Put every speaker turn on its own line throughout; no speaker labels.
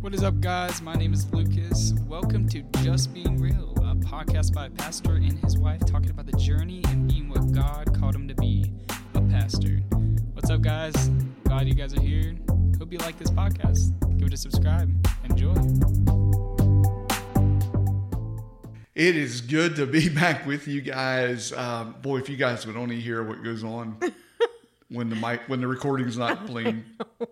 What is up, guys? My name is Lucas. Welcome to Just Being Real, a podcast by a pastor and his wife talking about the journey and being what God called him to be a pastor. What's up, guys? Glad you guys are here. Hope you like this podcast. Give it a subscribe. Enjoy.
It is good to be back with you guys. Um, boy, if you guys would only hear what goes on when the mic when the recording's not playing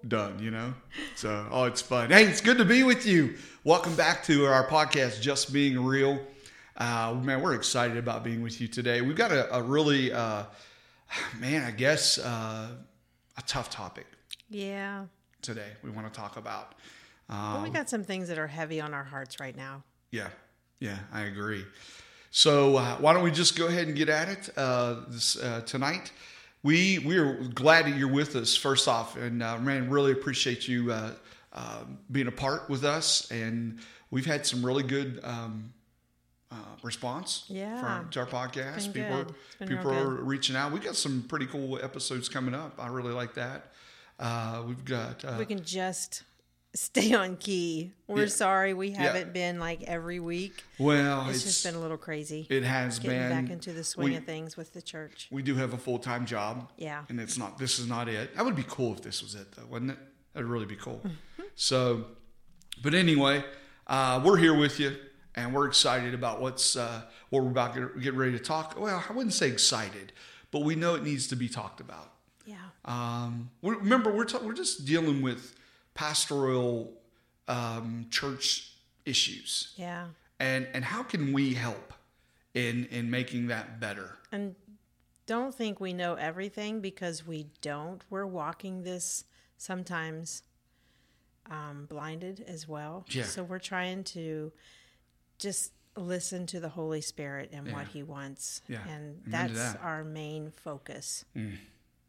done, you know. So, oh, it's fun. Hey, it's good to be with you. Welcome back to our podcast, Just Being Real. Uh, man, we're excited about being with you today. We've got a, a really, uh, man, I guess uh, a tough topic
Yeah.
today. We want to talk about.
But
Um,
we got some things that are heavy on our hearts right now.
Yeah, yeah, I agree. So uh, why don't we just go ahead and get at it uh, this, uh, tonight? We we are glad that you're with us. First off, and uh, man, really appreciate you uh, uh, being a part with us. And we've had some really good um, uh, response
Yeah.
from to our podcast.
It's been
people
good. It's been real
people are reaching out. We got some pretty cool episodes coming up. I really like that. Uh, we've got uh,
We can just stay on key. We're
Yeah.
sorry we haven't been like every week.
well,
It's,
it's,
just been a little crazy.
it has
Getting
been
back into the swing
we-
of things with the church.
we do have a full time job.
Yeah.
And it's not, this is not it. That would be cool if this was it, though, wouldn't it? That'd really be cool. so, but anyway, uh, we're here with you and we're excited about what's, uh, what we're about to get ready to talk. Well, I wouldn't say excited, but we know it needs to be talked about.
Yeah.
Um, we remember, we're, ta- we're just dealing with pastoral um, church issues.
Yeah.
And, and how can we help in, in making that better?
And don't think we know everything because we don't. We're walking this sometimes um, blinded as well.
Yeah.
So we're trying to just listen to the Holy Spirit and what He wants.
Yeah.
And
Amen to
that's
that.
our main focus.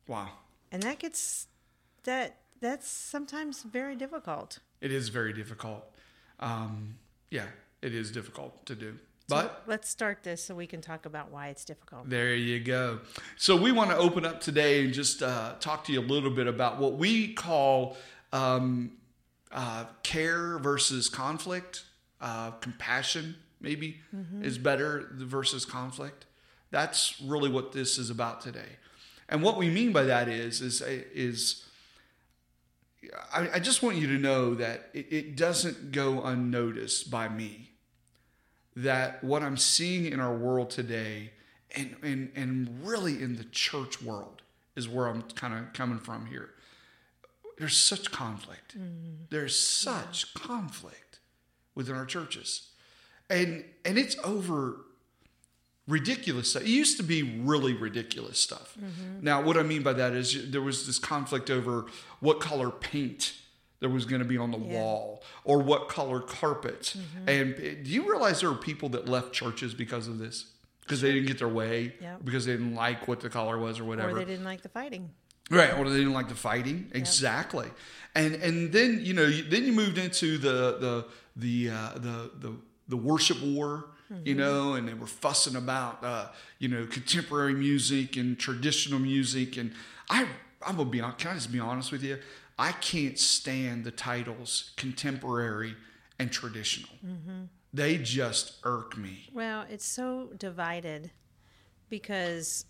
Wow.
And that gets that that's sometimes very difficult.
It is very difficult. Um, yeah, it is difficult to do. But
Let's start this so we can talk about why it's difficult.
there you go. So we want to open up today and just uh, talk to you a little bit about what we call um, uh, care versus conflict, uh, compassion maybe is better versus conflict. That's really what this is about today. And what we mean by that is is uh, is I, I just want you to know that it, it doesn't go unnoticed by me that what I'm seeing in our world today and and and really in the church world is where I'm kind of coming from here. There's such conflict.
Mm.
There's such conflict within our churches. And and it's over ridiculous stuff. It used to be really ridiculous stuff.
Mm-hmm.
Now, what I mean by that is there was this conflict over what color paint there was going to be on the wall or what color carpet.
Mm-hmm.
And eh, do you realize there were people that left churches because of this? Because they didn't get their way,
Yep.
because they didn't like what the color was or whatever.
Or they didn't like the fighting.
Right, or they didn't like the fighting. Exactly, and and then you know you, then you moved into the the the uh, the, the the worship war,
Mm-hmm.
you know, and they were fussing about uh, you know contemporary music and traditional music, and I I'm gonna be hon- can I just be honest with you, I can't stand the titles contemporary and traditional.
Mm-hmm.
They just irk me.
Well, it's so divided because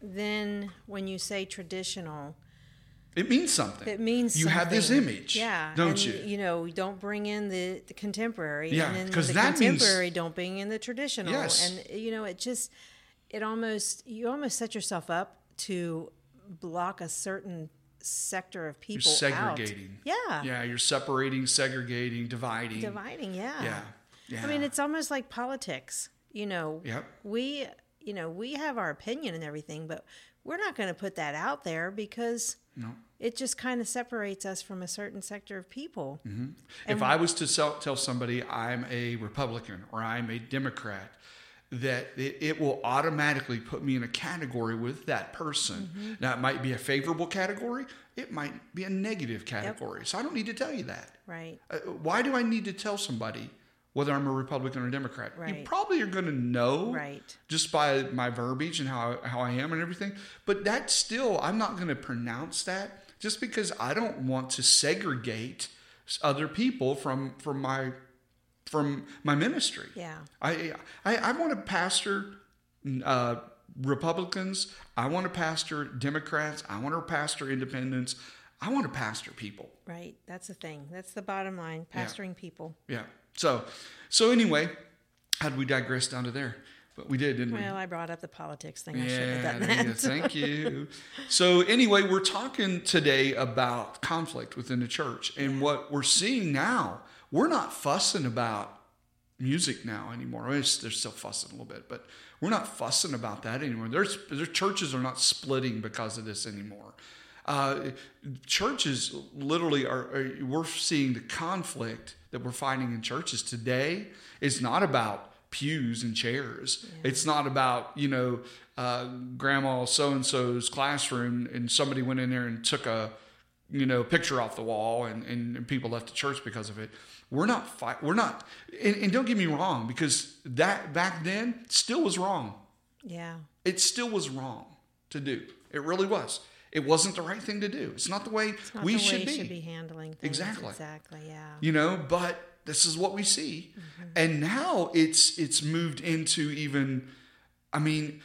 then when you say traditional,
It means something.
it means
you have this
something.
image,
yeah,
don't
and,
you?
You know, don't bring in the, the contemporary,
Yeah,
and then
'cause
the
that means-
contemporary don't bring in the traditional,
Yes.
and you know, it just it almost you almost set yourself up to block a certain sector of people
segregating.
out. Yeah,
Yeah, you're separating, segregating, dividing.
dividing. Yeah,
Yeah. Yeah.
I mean, it's almost like politics. You know,
Yep.
we, you know, we have our opinion and everything, but we're not going to put that out there because
No.
it just kind of separates us from a certain sector of people.
Mm-hmm. if I was to sell, tell somebody I'm a Republican or I'm a Democrat, that it, it will automatically put me in a category with that person.
Mm-hmm.
Now, it might be a favorable category, it might be a negative category. So I don't need to tell you that.
Right.
Uh, why do I need to tell somebody whether I'm a Republican or Democrat? You
Right.
probably are going to know
Right.
just by my verbiage and how, how I am and everything. But that's still, I'm not going to pronounce that just because I don't want to segregate other people from from my from my ministry.
Yeah.
I I, I want to pastor uh, Republicans. I want to pastor Democrats. I want to pastor Independents. I want to pastor people.
Right. That's the thing. That's the bottom line. Pastoring people.
Yeah. So so anyway, how did we digress down to there? But we did, didn't we?
Well, I brought up the politics thing. I should have
Yeah,
done
there
that.
you go. thank you. so anyway, we're talking today about conflict within the church and what we're seeing now. We're not fussing about music now anymore. I mean, it's- They're still fussing a little bit, but we're not fussing about that anymore. There's their churches are not splitting because of this anymore. Uh, churches literally are, are. We're seeing the conflict that we're finding in churches today. It's not about pews and chairs. It's not about you know uh, grandma so and so's classroom and somebody went in there and took a you know picture off the wall and, and, and people left the church because of it we're not fight we're not and, and don't get me wrong because that back then still was wrong
Yeah.
it still was wrong to do it really was it wasn't the right thing to do it's not the way
Not
we
the way
should,
you
be.
should be handling things.
Exactly.
Exactly. Yeah.
you know but this is what we see
Mm-hmm.
and now it's it's moved into even i mean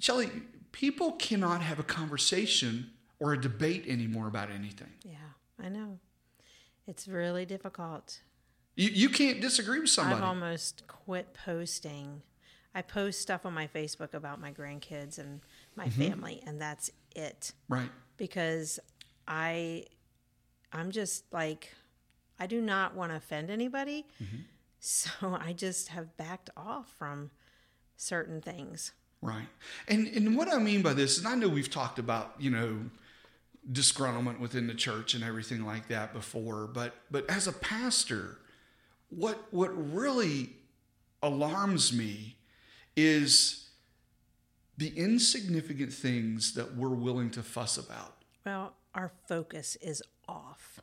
shelly people cannot have a conversation or a debate anymore about anything
Yeah. I know. It's really difficult.
you, you can't disagree with somebody
I've almost quit posting. I post stuff on my Facebook about my grandkids and my family, and that's it.
right
Because I, I'm just like, I do not want to offend anybody, so I just have backed off from certain things.
Right. And and what I mean by this, and I know we've talked about, you know, disgruntlement within the church and everything like that before, but but as a pastor, what what really alarms me is the insignificant things that we're willing to fuss about.
Well, our focus is off.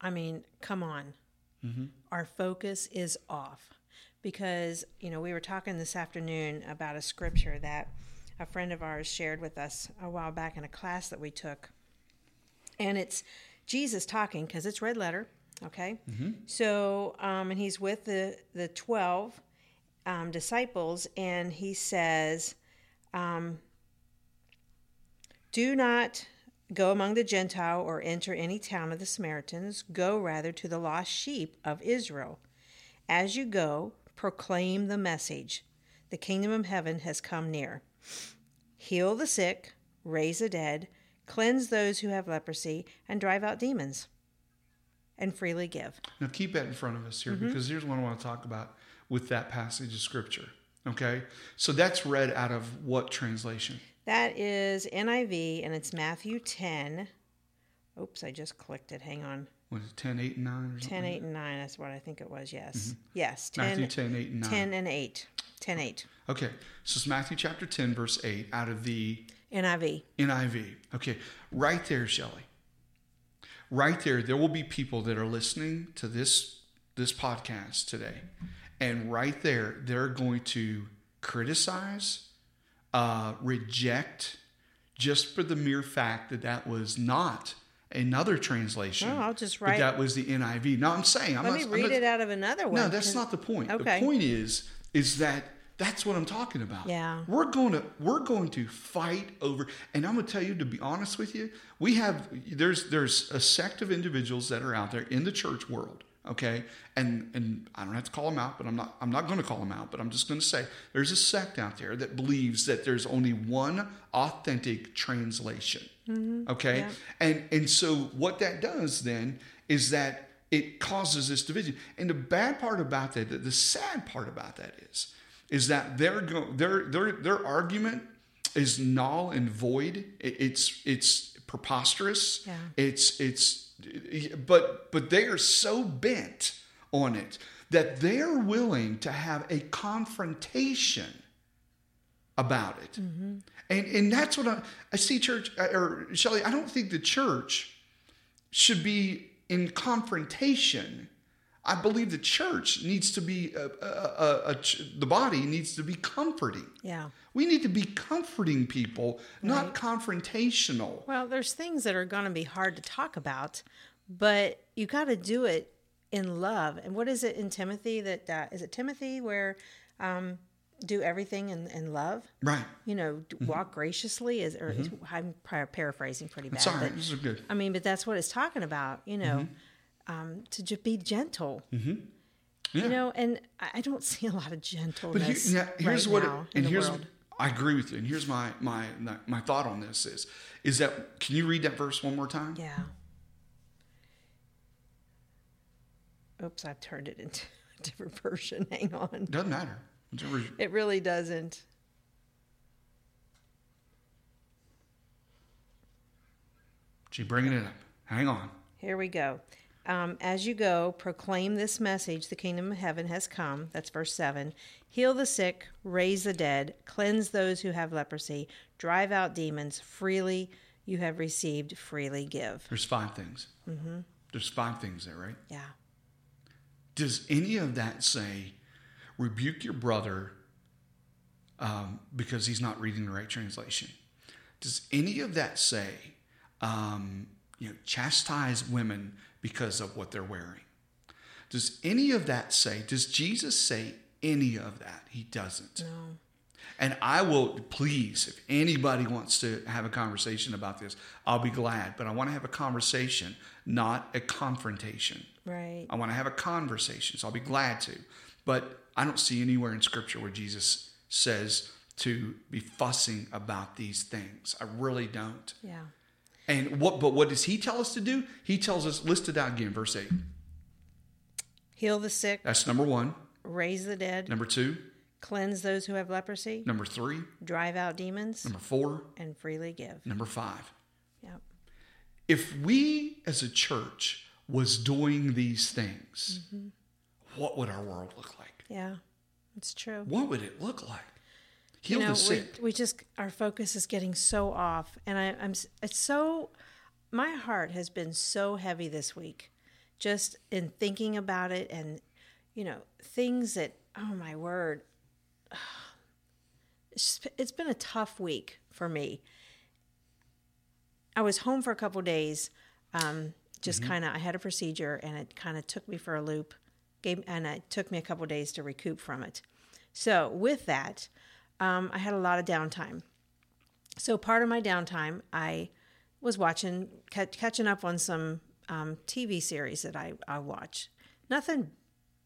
I mean, come on. Our focus is off because, you know, we were talking this afternoon about a scripture that a friend of ours shared with us a while back in a class that we took. And it's Jesus talking because it's red letter, okay? So, um, and he's with the, the 12 um, disciples, and he says, um, Do not go among the Gentile or enter any town of the Samaritans. Go rather to the lost sheep of Israel. As you go, proclaim the message the kingdom of heaven has come near. Heal the sick, raise the dead, cleanse those who have leprosy, and drive out demons. And freely give.
Now keep that in front of us here because here's what I want to talk about with that passage of scripture. Okay? So that's read out of what translation?
That is NIV, and it's Matthew 10. Oops, I just clicked it. Hang on.
What is it, 10, 8, and 9 or something?
10, 8, and 9. That's what I think it was. Yes. Yes. 10,
Matthew 10, 8, and 9.
10 and 8. 10 8.
Okay, so it's Matthew chapter 10, verse 8 out of the
NIV.
NIV. Okay, right there, Shelley. Right there, there will be people that are listening to this this podcast today, and right there, they're going to criticize, uh, reject, just for the mere fact that that was not another translation.
No, I'll just
but
write-
that was the NIV. No, I'm saying I'm
Let
not.
me
I'm
read
not-
it out of another one.
No, that's
'cause-
not the point.
Okay.
The point is, is that that's what I'm talking about.
Yeah.
We're going to we're going to fight over, and I'm going to tell you to be honest with you, we have there's there's a sect of individuals that are out there in the church world, okay, and and I don't have to call them out, but I'm not I'm not going to call them out, but I'm just going to say there's a sect out there that believes that there's only one authentic translation,
Mm-hmm.
okay, and and so what that does then is that it causes this division, and the bad part about that, the, the sad part about that is is that their go- their their their argument is null and void. It, it's it's preposterous.
Yeah.
It's it's but but they are so bent on it that they're willing to have a confrontation about it. And and that's what I, I see church or Shelley, I don't think the church should be in confrontation. I believe the church needs to be uh, uh, uh, uh, ch- the body needs to be comforting.
Yeah.
We need to be comforting people, not confrontational.
Well, there's things that are going to be hard to talk about, but you got to do it in love. And what is it in Timothy that uh, is it Timothy where um, do everything in, in love?
Right.
You know, d
Mm-hmm.
walk graciously is, or is, I'm par- paraphrasing pretty bad.
It's all right.
but-
This is good.
I mean, but that's what it's talking about, you know, um, to just be gentle.
Mm-hmm. Yeah.
You know, and I I don't see a lot of gentleness.
But here, yeah, here's
right
what, it-
now in
and
the
here's,
world.
I agree with you. And here's my my my thought on this is, is that can you read that verse one more time?
Yeah. Oops, I've turned it into a different version. Hang on.
Doesn't matter. Whichever-
It really doesn't.
She bringing it up. Hang on.
Here we go. Um, As you go, proclaim this message the kingdom of heaven has come. That's verse 7. Heal the sick, raise the dead, cleanse those who have leprosy, drive out demons. Freely you have received, freely give.
There's five things. Mm-hmm. There's five things there, right?
Yeah.
Does any of that say, rebuke your brother um, because he's not reading the right translation? Does any of that say, um, you know, chastise women because of what they're wearing? Does any of that say, does Jesus say any of that? He doesn't. And I will, please, if anybody wants to have a conversation about this, I'll be glad. But I want to have a conversation, not a confrontation.
Right.
I want to have a conversation, so I'll be glad to. But I don't see anywhere in Scripture where Jesus says to be fussing about these things. I really don't.
Yeah.
And what? But what does he tell us to do? He tells us listed out again, verse eight.
Heal the sick,
That's number one.
raise the dead,
Number two.
cleanse those who have leprosy,
Number three.
drive out demons,
Number four.
and freely give.
Number five.
Yep.
If we as a church was doing these things,
Mm-hmm.
what would our world look like?
Yeah. It's true.
What would it look like?
you
Heal
know,
the sick.
We, we just our focus is getting so off, and I, I'm s- it's so my heart has been so heavy this week, just in thinking about it, and you know things that oh my word, it's, just, it's been a tough week for me. I was home for a couple days, um, just kind of I had a procedure, and it kind of took me for a loop, gave and it took me a couple days to recoup from it. So with that, um, I had a lot of downtime. So part of my downtime, I was watching, ca- catching up on some um, TV series that I, I watch. Nothing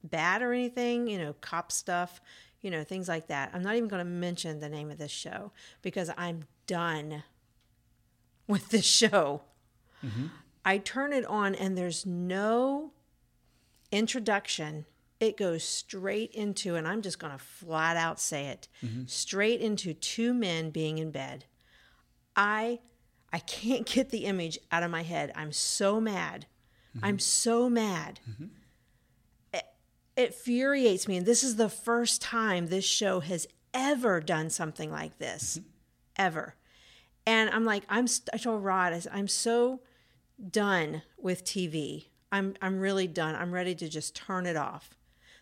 bad or anything, you know, cop stuff, you know, things like that. I'm not even going to mention the name of this show because I'm done with this show. I turn it on and there's no introduction, it goes straight into, and I'm just going to flat out say it, straight into two men being in bed. I, I can't get the image out of my head. I'm so mad. I'm so mad. It, it furiates me, and this is the first time this show has ever done something like this, ever. And I'm like, I'm. St- I told Rod, I said, I'm so done with TV. I'm I'm really done. I'm ready to just turn it off.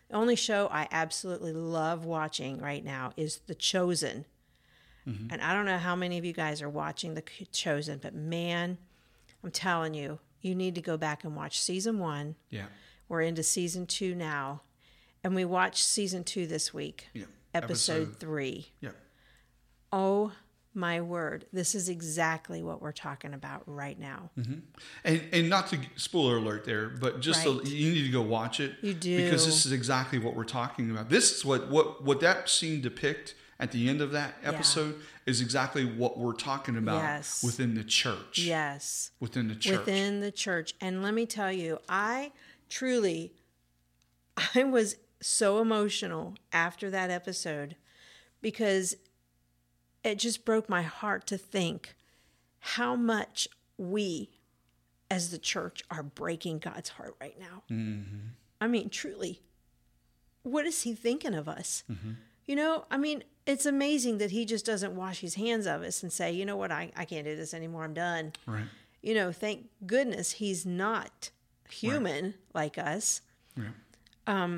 The only show I absolutely love watching right now is The Chosen. And I don't know how many of you guys are watching The C- Chosen, but man, I'm telling you, you need to go back and watch season 1.
yeah.
We're into season 2 now. And we watched season 2 this week.
Yeah.
Episode, 3.
Yeah.
Oh my word. This is exactly what we're talking about right now.
And and not to g- spoiler alert there, but just so
Right.
you need to go watch it.
You do.
because this is exactly what we're talking about. This is what what what that scene depict at the end of that episode is exactly what we're talking about
Yes.
within the church.
Yes.
Within the church.
within the church. And let me tell you, I truly, I was so emotional after that episode because it just broke my heart to think how much we as the church are breaking God's heart right now. I mean, truly, what is He thinking of us? You know, I mean, it's amazing that He just doesn't wash His hands of us and say, you know what, I, I can't do this anymore, I'm done
Right.
you know, thank goodness he's not human like us.
Yeah.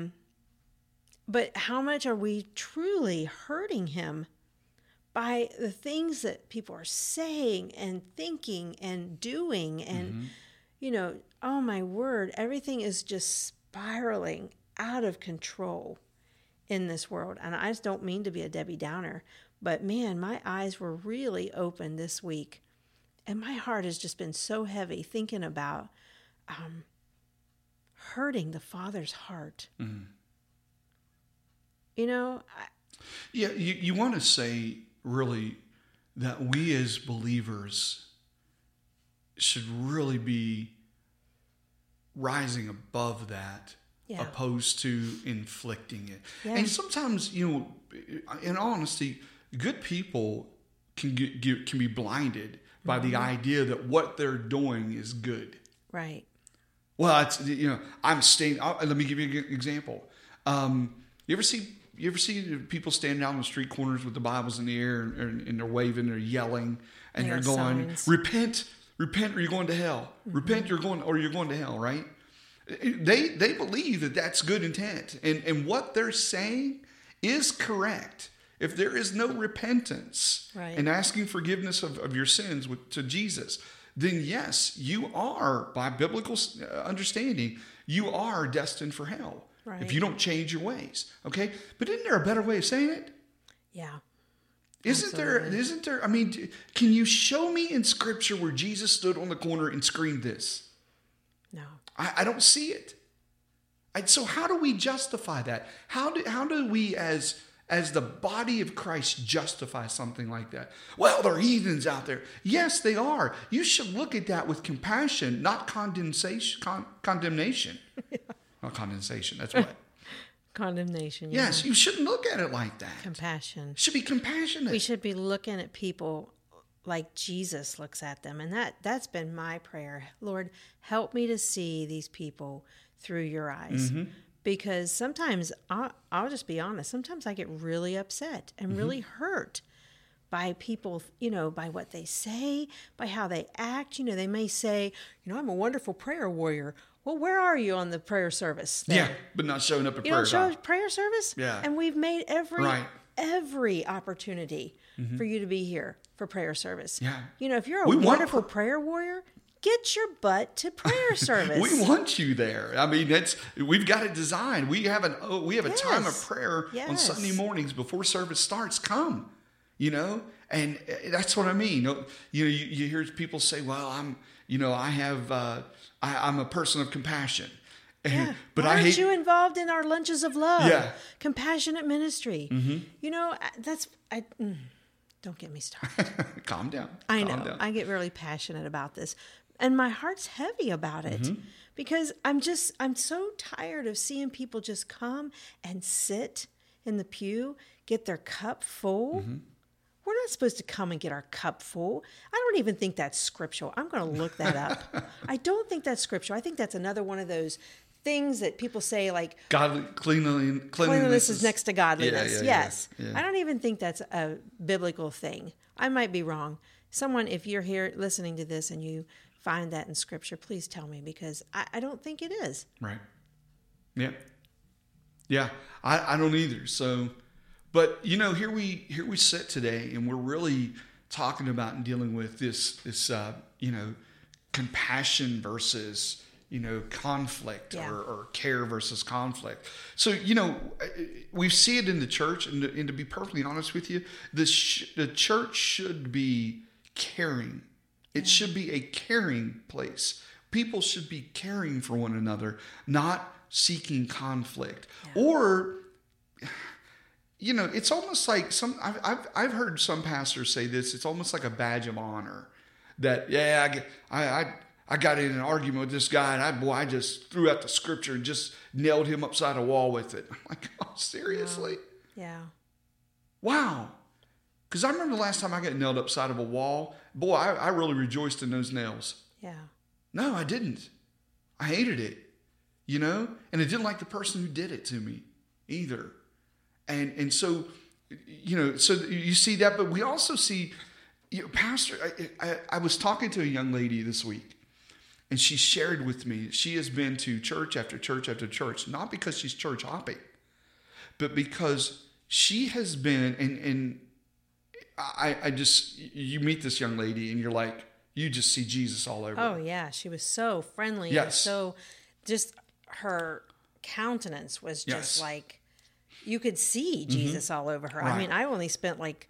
But how much are we truly hurting him by the things that people are saying and thinking and doing? And, you know, oh my word, everything is just spiraling out of control in this world. And I just don't mean to be a Debbie Downer, but man, my eyes were really open this week. And my heart has just been so heavy thinking about um, hurting the father's heart. You know, I,
Yeah, you, you want to say really that we as believers should really be rising above that
Yeah.
opposed to inflicting it.
Yeah.
And sometimes, you know, in all honesty, good people can get, get, can be blinded by the
Mm-hmm.
idea that what they're doing is good.
right.
Well, it's, you know, I'm staying. I'll, let me give you an example. Um, you ever see you ever see people standing out on the street corners with the Bibles in the air and, and, and they're waving, they're yelling, and
They
they're
got
going,
signs. Mm-hmm.
"Repent, repent, or you're going to hell. Repent, you're going, or you're going to hell." Right? They they believe that that's good intent, and and what they're saying is correct. If there is no repentance
Right.
and asking forgiveness of, of your sins with, to Jesus, then yes, you are, by biblical s- uh, understanding, you are destined for hell
Right.
if you don't change your ways. Okay, but isn't there a better way of saying it?
Yeah.
Isn't there?
Absolutely.
Isn't there? I mean, d- can you show me in Scripture where Jesus stood on the corner and screamed this?
No.
I, I don't see it. And so how do we justify that? How do how do we as as the body of Christ justify something like that? Well, they're heathens out there. Yes, they are. You should look at that with compassion, not condensation, con- condemnation. Not condensation. That's what.
Condemnation. yeah.
Yes, you shouldn't look at it like that.
Compassion.
should be compassionate.
We should be looking at people like Jesus looks at them. And that that's been my prayer. Lord, help me to see these people through your eyes. Because sometimes I'll, I'll just be honest, sometimes I get really upset and really hurt by people, you know, by what they say, by how they act. You know, they may say, you know, I'm a wonderful prayer warrior. Well, where are you on the prayer service?
yeah, but not showing up at
You
prayer.
don't show
time.
up to prayer service?
Yeah.
And we've made every
Right. Mm-hmm.
every opportunity for you to be here for prayer service.
Yeah.
You know, if you're a
We want
wonderful
pr-
prayer warrior, get your butt to prayer service.
We want you there. I mean, that's we've got it designed. We have an oh, we have a time of
Yes.
prayer on
Yes.
Sunday mornings before service starts. Come, you know, and uh, that's what I mean. You know, you, you hear people say, "Well, I'm, you know, I have, uh, I, I'm a person of compassion,"
Yeah.
but
Why
I
aren't
hate.
you involved in our lunches of love?
Yeah. Mm-hmm.
Compassionate ministry. You know, I- that's I mm, don't get me started.
calm down.
I
calm
know.
down.
I get really passionate about this. And my heart's heavy about it
Mm-hmm.
because I'm just, I'm so tired of seeing people just come and sit in the pew, get their cup full.
Mm-hmm.
We're not supposed to come and get our cup full. I don't even think that's scriptural. I'm going to look that up. I don't think that's scriptural. I think that's another one of those things that people say, like,
Godly cleanliness,
cleanliness is next to godliness.
yeah, yeah,
yes.
yeah.
I don't even think that's a biblical thing. I might be wrong. Someone, if you're here listening to this and you find that in scripture, please tell me because I, I don't think it is.
Right. Yeah. Yeah. I, I don't either. So but you know, here we here we sit today and we're really talking about and dealing with this this uh, you know, compassion versus you know, conflict
Yeah.
or, or care versus conflict. So, you know, uh, we see it in the church, and to, and to be perfectly honest with you, the, sh- the church should be caring it should be a caring place. People should be caring for one another, not seeking conflict. Or, you know, it's almost like some, I've, I've, I've heard some pastors say this, it's almost like a badge of honor that, yeah, I, get- I, I, I got in an argument with this guy and I, boy, I just threw out the scripture and just nailed him upside a wall with it. I'm like, oh, seriously?
Yeah.
Wow. Because I remember the last time I got nailed upside of a wall, boy, I, I really rejoiced in those nails.
Yeah.
No, I didn't. I hated it, you know, and I didn't like the person who did it to me either. And and so, you know, so you see that, but we also see, you know, Pastor. I, I, I was talking to a young lady this week, and she shared with me she has been to church after church after church, not because she's church hopping, but because she has been and and I, I just you meet this young lady and you're like You just see Jesus all over.
Oh yeah, she was so friendly. and
Yes.
So just her countenance was just
Yes. Mm-hmm.
like you could see Jesus all over her. I
Right.
mean, I only spent like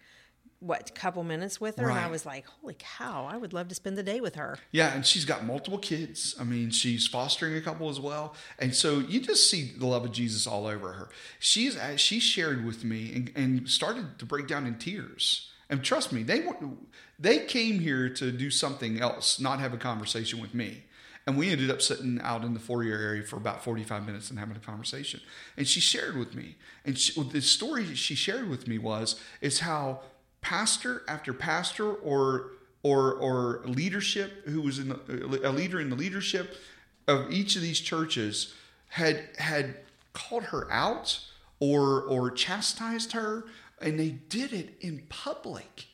what a couple minutes with her, and I
Right.
was like, "Holy cow! I would love to spend the day with her."
Yeah, and she's got multiple kids. I mean, she's fostering a couple as well, and so you just see the love of Jesus all over her. She's uh, she shared with me and, and started to break down in tears. And trust me, they want- they came here to do something else, not have a conversation with me. And we ended up sitting out in the foyer area for about 45 minutes and having a conversation. And she shared with me, and she, the story she shared with me was is how pastor after pastor or or or leadership who was in the, a leader in the leadership of each of these churches had had called her out or or chastised her and they did it in public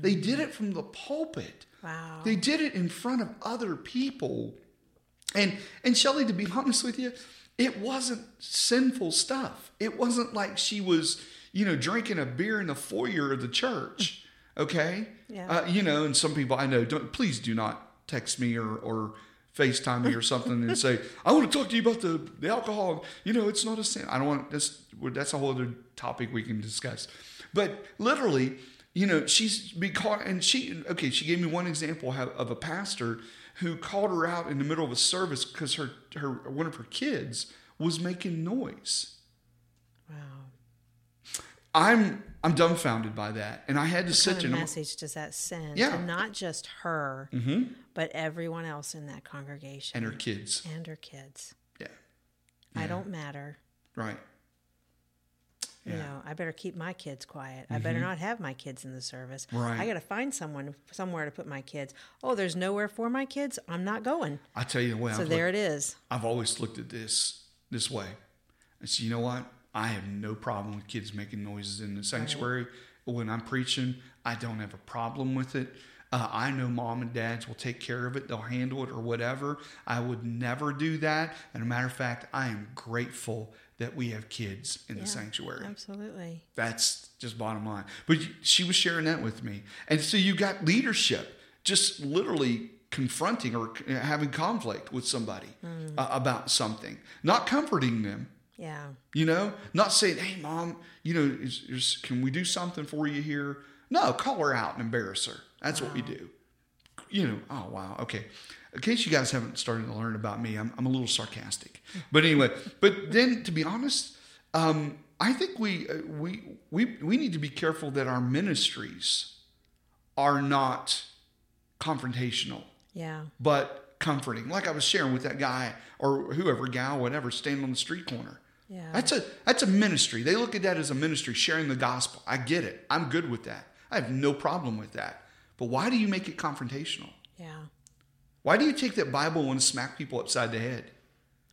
they did it from the pulpit
Wow.
they did it in front of other people and and Shelley, to be honest with you, it wasn't sinful stuff. It wasn't like she was, you know, drinking a beer in the foyer of the church. Okay.
Yeah.
Uh, you know, and some people I know don't. Please do not text me or or FaceTime me or something and say I want to talk to you about the the alcohol. You know, it's not a sin. I don't want that's that's a whole other topic we can discuss. But literally, you know, she's be caught and she okay. She gave me one example how- of a pastor who called her out in the middle of a service because her, her one of her kids was making noise.
Wow.
I'm I'm dumbfounded by that, and I had to
What
sit
kind
and
of
I'm-
message does that send?
Yeah. Mm-hmm.
And not just her, but everyone else in that congregation
and her kids.
and her kids.
Yeah,
I don't matter.
right. Yeah.
You
Mm-hmm.
know, I better keep my kids quiet. I better not have my kids in the service.
Right.
I got to find someone somewhere to put my kids. Oh, there's nowhere for my kids. I'm not going.
I tell you the way
so
I've,
there
looked-
it is.
I've always looked at this this way. I said, you know what? I have no problem with kids making noises in the sanctuary when I'm preaching. I don't have a problem with it. Uh, I know mom and dads will take care of it. They'll handle it or whatever. I would never do that. And a matter of fact, I am grateful that we have kids in
Yeah,
the sanctuary.
Absolutely.
That's just bottom line. But she was sharing that with me. And so you got leadership just literally confronting or having conflict with somebody uh, about something, not comforting them,
Yeah.
you know, not saying, hey, mom, you know, is, is, can we do something for you here? No, call her out and embarrass her. That's what we do. You know, oh, wow. Okay. In case you guys haven't started to learn about me, I'm, I'm a little sarcastic. But anyway, but then to be honest, um, I think we, uh, we, we, we need to be careful that our ministries are not confrontational
Yeah.
but comforting. Like I was sharing with that guy or whoever, gal, whatever, standing on the street corner.
Yeah.
That's a that's a ministry. They look at that as a ministry, sharing the gospel. I get it. I'm good with that. I have no problem with that. But why do you make it confrontational?
Yeah.
Why do you take that Bible and smack people upside the head?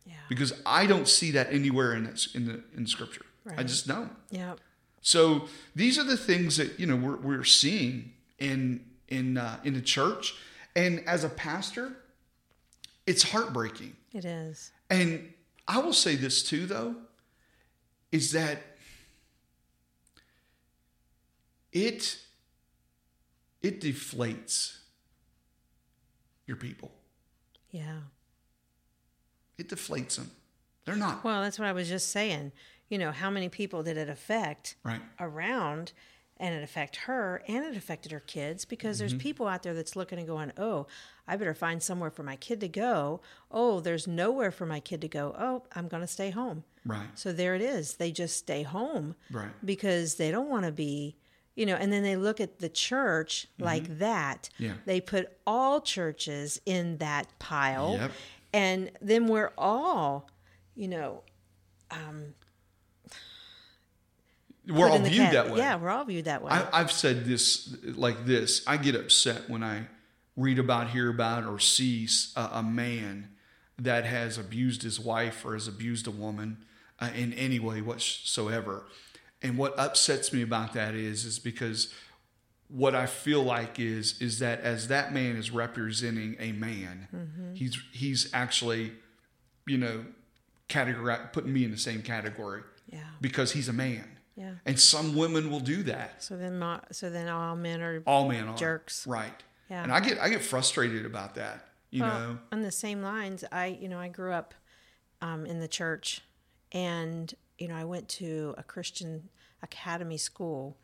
Yeah.
Because I don't see that anywhere in that, in the in Scripture. I
Right.
just don't.
Yeah.
So these are the things that you know we're, we're seeing in in uh, in the church, and as a pastor, it's heartbreaking.
It is.
And I will say this too, though, is that it it deflates your people.
Yeah.
It deflates them. They're not
Well, that's what I was just saying. You know, how many people did it affect?
right.
around and it affected her and it affected her kids because
Mm-hmm.
there's people out there that's looking and going oh i better find somewhere for my kid to go oh there's nowhere for my kid to go oh i'm going to stay home
Right.
so there it is they just stay home
Right.
because they don't want to be you know and then they look at the church like that
Mm-hmm. Yeah.
they put all churches in that pile
Yep.
and then we're all you know
We're
put
all
in the
viewed
cat-
that way.
yeah we're all viewed that way
I, I've said this like this. I get upset when I read about, hear about, or see a, a man that has abused his wife or has abused a woman uh, in any way whatsoever. And what upsets me about that is, is because what I feel like is, is that as that man is representing a man, he's he's actually, you know, categori putting me in the same category
yeah
because he's a man.
yeah
And some women will do that.
so then my, so then all men are
All men are
Jerks.
Right.
Yeah.
And I get I get frustrated about that. You
Well,
know.
on the same lines, I you know I grew up um, in the church, and you know I went to a Christian academy school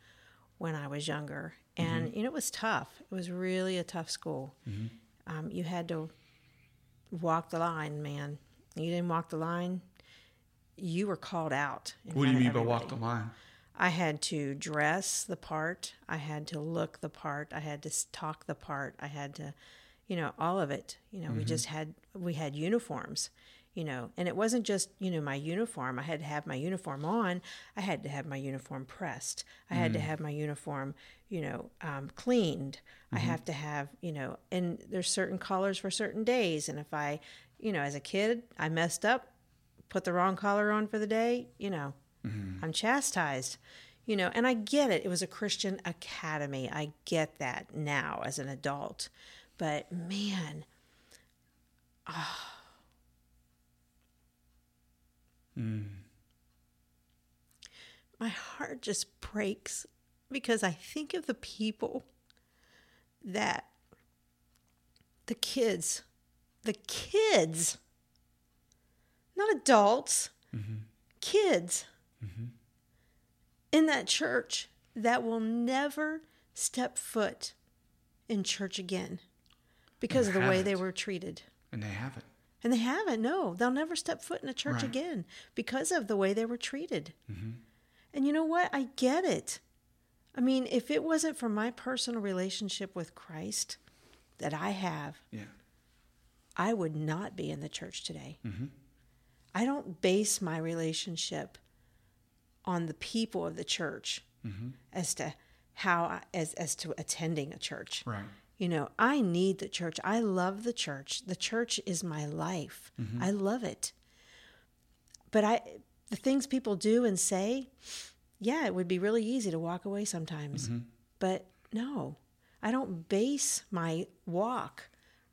when I was younger, and
Mm-hmm.
you know it was tough. It was really a tough school. Um, you had to walk the line, man. You didn't walk the line, you were called out. in
What do you
front
mean
of
by walk
everybody.
the line?
I had to dress the part. I had to look the part. I had to s- talk the part. I had to, you know, all of it. You know, we just had we had uniforms. You know, and it wasn't just you know my uniform. I had to have my uniform on. I had to have my uniform pressed. I had to have my uniform, you know, um, cleaned. I have to have you know, and there's certain colors for certain days. And if I, you know, as a kid, I messed up, put the wrong collar on for the day. You know, I'm chastised. You know, and I get it. It was a Christian academy. I get that now as an adult. But man, my heart just breaks because I think of the people that the kids, the kids, not adults, kids in that church that will never step foot in church again because of the way they
haven't.
were treated.
And they haven't.
And they haven't. No, they'll never step foot in a church
Right.
again because of the way they were treated. And you know what? I get it. I mean, if it wasn't for my personal relationship with Christ that I have,
Yeah.
I would not be in the church today. I don't base my relationship on the people of the church as to how I, as as to attending a church.
Right.
You know, I need the church. I love the church. The church is my life.
Mm-hmm.
I love it. But I the things people do and say, yeah, it would be really easy to walk away sometimes.
Mm-hmm.
But no. I don't base my walk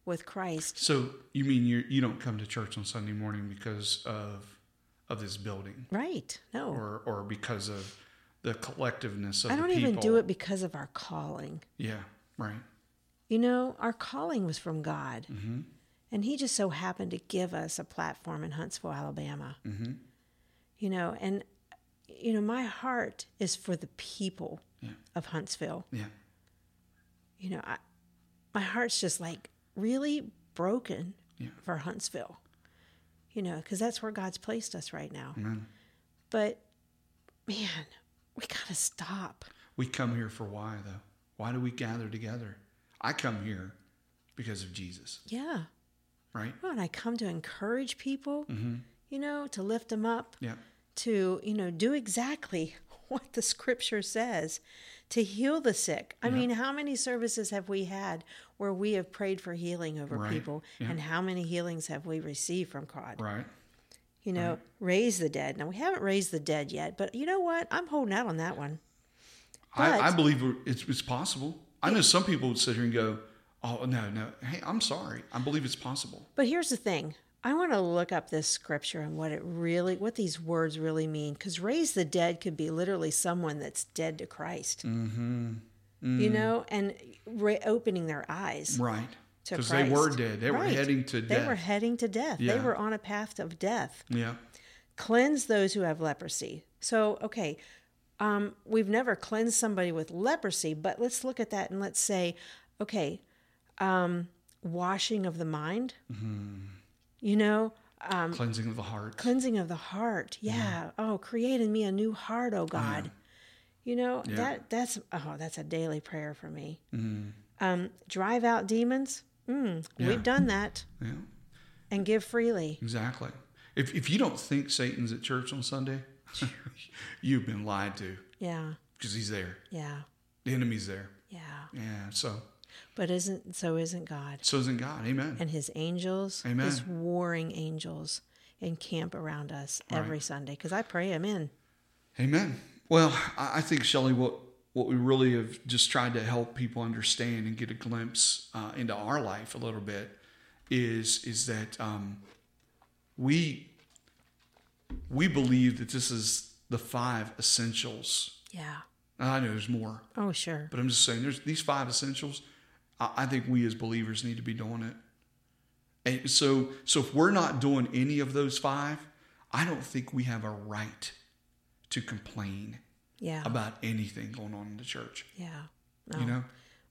with Christ.
So you mean you you don't come to church on Sunday morning because of of this building
Right. No.
or or because of the collectiveness of
I
the
don't
people.
even do it because of our calling.
Yeah. Right.
You know, our calling was from God. And He just so happened to give us a platform in Huntsville, Alabama. You know, and, you know, my heart is for the people of Huntsville.
Yeah.
You know, I, my heart's just like really broken
Yeah.
for Huntsville, you know, because that's where God's placed us right now.
Mm.
But man, we got to stop.
We come here for why though? Why do we gather together? I come here because of Jesus,
Yeah.
right?
Well, and I come to encourage people, you know, to lift them up,
Yeah.
to, you know, do exactly what the scripture says, to heal the sick. I mean, how many services have we had where we have prayed for healing over
Right.
people? And how many healings have we received from God?
Right.
You know, raise the dead. Now, we haven't raised the dead yet, but you know what? I'm holding out on that one. But-
I, I believe it's, it's possible. I know some people would sit here and go, "Oh no, no, hey, I'm sorry. I believe it's possible."
But here's the thing. I want to look up this scripture and what it really, what these words really mean. Because raise the dead could be literally someone that's dead to Christ. Mm-hmm.
Mm.
You know, and re- opening their eyes
Right.
to
Because
Christ.
they were dead. They were
Right.
heading to
They
death.
were heading to death. They
Yeah.
were on a path of death.
yeah.
Cleanse those who have leprosy. So, okay, um, we've never cleansed somebody with leprosy, but let's look at that and let's say, okay, um, washing of the mind. You know, um,
Cleansing of the heart.
cleansing of the heart yeah, oh create in me a new heart oh god you know that that's oh that's a daily prayer for me um drive out demons mm, we've done that
yeah.
and give freely
Exactly. If if you don't think Satan's at church on Sunday, you've been lied to
yeah
because he's there.
yeah
The enemy's there.
yeah
Yeah. So
but isn't so isn't god
so isn't God. Amen.
and his angels
Amen.
his warring angels encamp around us every sunday because i pray him in
Amen. Well, I I think Shelley, what what we really have just tried to help people understand and get a glimpse uh, into our life a little bit is is that um, we we believe that this is the five essentials.
yeah
I know there's more,
oh sure
but I'm just saying there's these five essentials. I, I think we as believers need to be doing it. And so, so if we're not doing any of those five, I don't think we have a right to complain
Yeah.
about anything going on in the church.
yeah. No,
You know,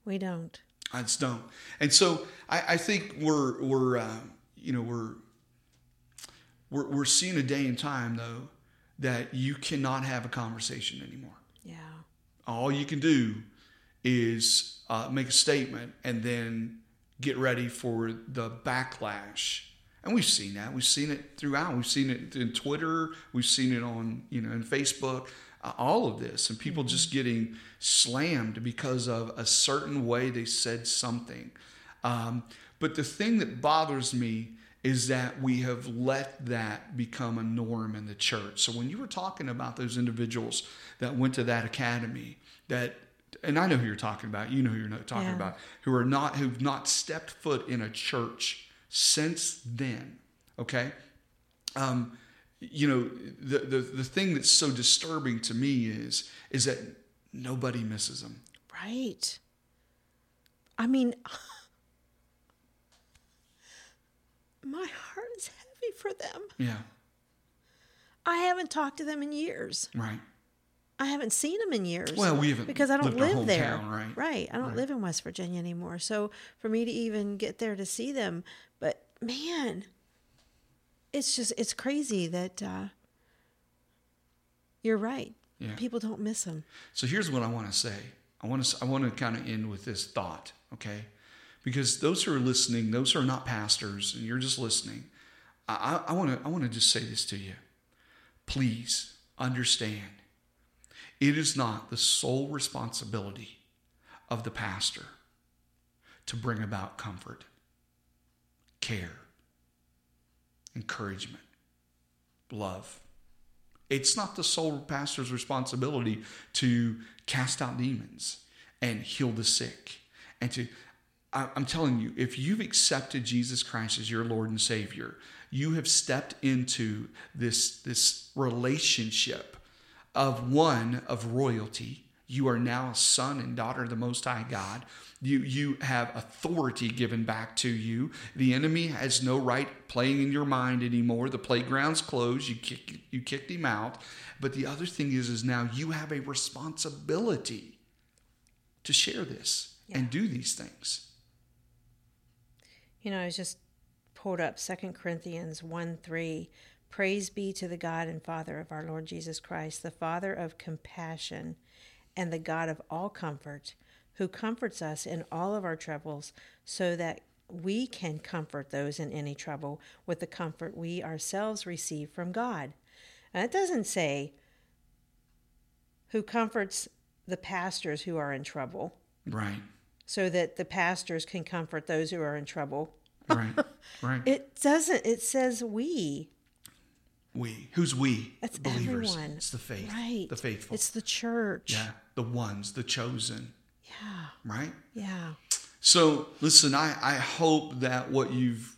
we don't.
I just don't. And so I, I think we're we're uh, you know we're, we're we're seeing a day and time though that you cannot have a conversation anymore.
Yeah.
All you can do is uh, make a statement and then get ready for the backlash. And we've seen that. We've seen it throughout. We've seen it in Twitter. We've seen it on you know in Facebook. Uh, all of this and people just getting slammed because of a certain way they said something. Um, but the thing that bothers me is that we have let that become a norm in the church. So when you were talking about those individuals that went to that academy, that and I know who you're talking about, you know who you're not talking
Yeah.
about, who are not who've not stepped foot in a church since then. Okay? um, you know the, the the thing that's so disturbing to me is is that nobody misses them
Right. I mean, my heart is heavy for them.
yeah
I haven't talked to them in years.
right
I haven't seen them in years.
Well, we haven't
because I don't
lived our
live there.
hometown, right?
I don't live in West Virginia anymore. So for me to even get there to see them, but man, it's just it's crazy that uh, you're right.
Yeah.
People don't miss them.
so here's what i want to say i want to i want to kind of end with this thought okay because those who are listening those who are not pastors and you're just listening i i want to i want to just say this to you please understand it is not the sole responsibility of the pastor to bring about comfort, care, encouragement, love. It's not the sole pastor's responsibility to cast out demons and heal the sick. And to, I- I'm telling you, if you've accepted Jesus Christ as your Lord and Savior, you have stepped into this, this relationship of one of royalty. You are now a son and daughter of the Most High God. You, you have authority given back to you. The enemy has no right playing in your mind anymore. The playground's closed. You, kick, you kicked him out. But the other thing is, is now you have a responsibility to share this and do these things.
You know, I was just pulled up Second Corinthians 1 3. Praise be to the God and Father of our Lord Jesus Christ, the Father of compassion and the God of all comfort, who comforts us in all of our troubles, so that we can comfort those in any trouble with the comfort we ourselves receive from God. And it doesn't say who comforts the pastors who are in trouble,
Right,
so that the pastors can comfort those who are in trouble.
right, right.
It doesn't. It says we.
we. Who's we?
That's
Believers.
everyone.
It's the faith.
Right.
The faithful.
It's the church.
yeah, the ones, the chosen,
Yeah.
right?
Yeah.
So listen, I, I hope that what you've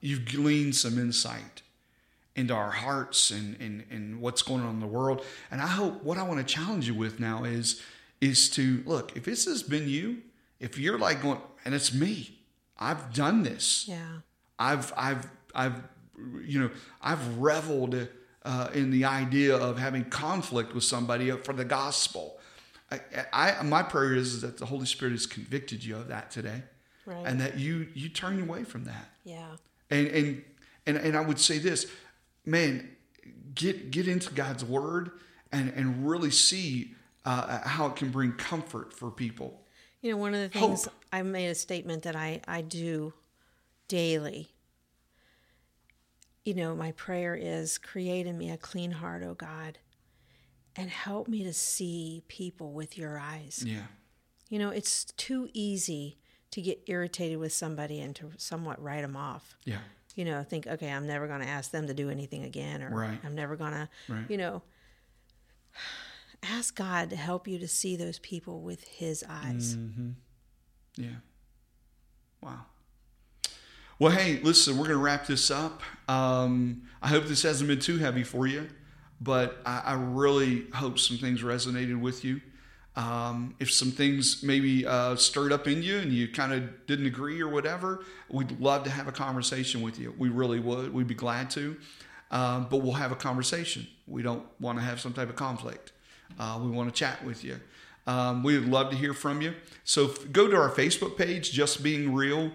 you've gleaned some insight into our hearts and, and, and what's going on in the world. And I hope what I want to challenge you with now is is to look, if this has been you, if you're like going, and it's me, I've done this.
Yeah.
I've I've I've you know I've reveled uh, in the idea of having conflict with somebody for the gospel. I, I my prayer is that the Holy Spirit has convicted you of that today,
Right.
and that you you turn away from that.
yeah.
And and and and I would say this, man, get get into God's word and and really see uh, how it can bring comfort for people.
You know, one of the things
Hope.
I made a statement that I, I do daily. You know, my prayer is create in me a clean heart, O God, and help me to see people with your eyes.
Yeah,
You know, it's too easy to get irritated with somebody and to somewhat write them off.
yeah,
you know, think, okay, I'm never going to ask them to do anything again, or
Right.
I'm never going to,
Right.
you know, ask God to help you to see those people with His eyes.
Yeah. Wow. Well, hey, listen, we're going to wrap this up. Um, I hope this hasn't been too heavy for you, but I, I really hope some things resonated with you. Um, if some things maybe uh, stirred up in you and you kind of didn't agree or whatever, we'd love to have a conversation with you. We really would. We'd be glad to. Um, but we'll have a conversation. We don't want to have some type of conflict. Uh, we want to chat with you. Um, we would love to hear from you. So f- go to our Facebook page, Just Being Real,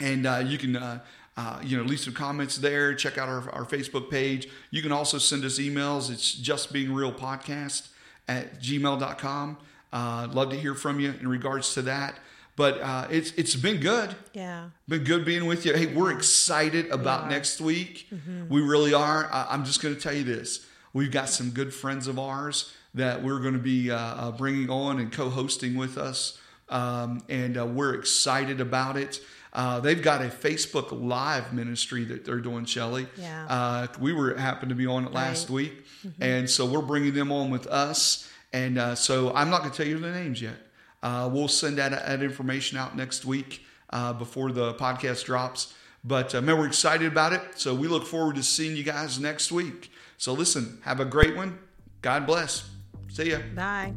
and uh, you can uh, uh, you know leave some comments there. Check out our, our Facebook page. You can also send us emails. It's Just Being Real Podcast at gmail.com. Uh, love to hear from you in regards to that. But uh, it's it's been good.
Yeah.
Been good being with you. Hey, we're excited about next week. We really are. I, I'm just going to tell you this. We've got some good friends of ours that we're going to be uh, uh, bringing on and co hosting with us. Um, and uh, we're excited about it. Uh, they've got a Facebook Live ministry that they're doing, Shelly.
Yeah.
Uh, we were happened to be on it last
Right.
week. And so we're bringing them on with us. And uh, so I'm not going to tell you the names yet. Uh, we'll send that, that information out next week uh, before the podcast drops. But uh, man, we're excited about it. So we look forward to seeing you guys next week. So listen, have a great one. God bless. See ya.
Bye.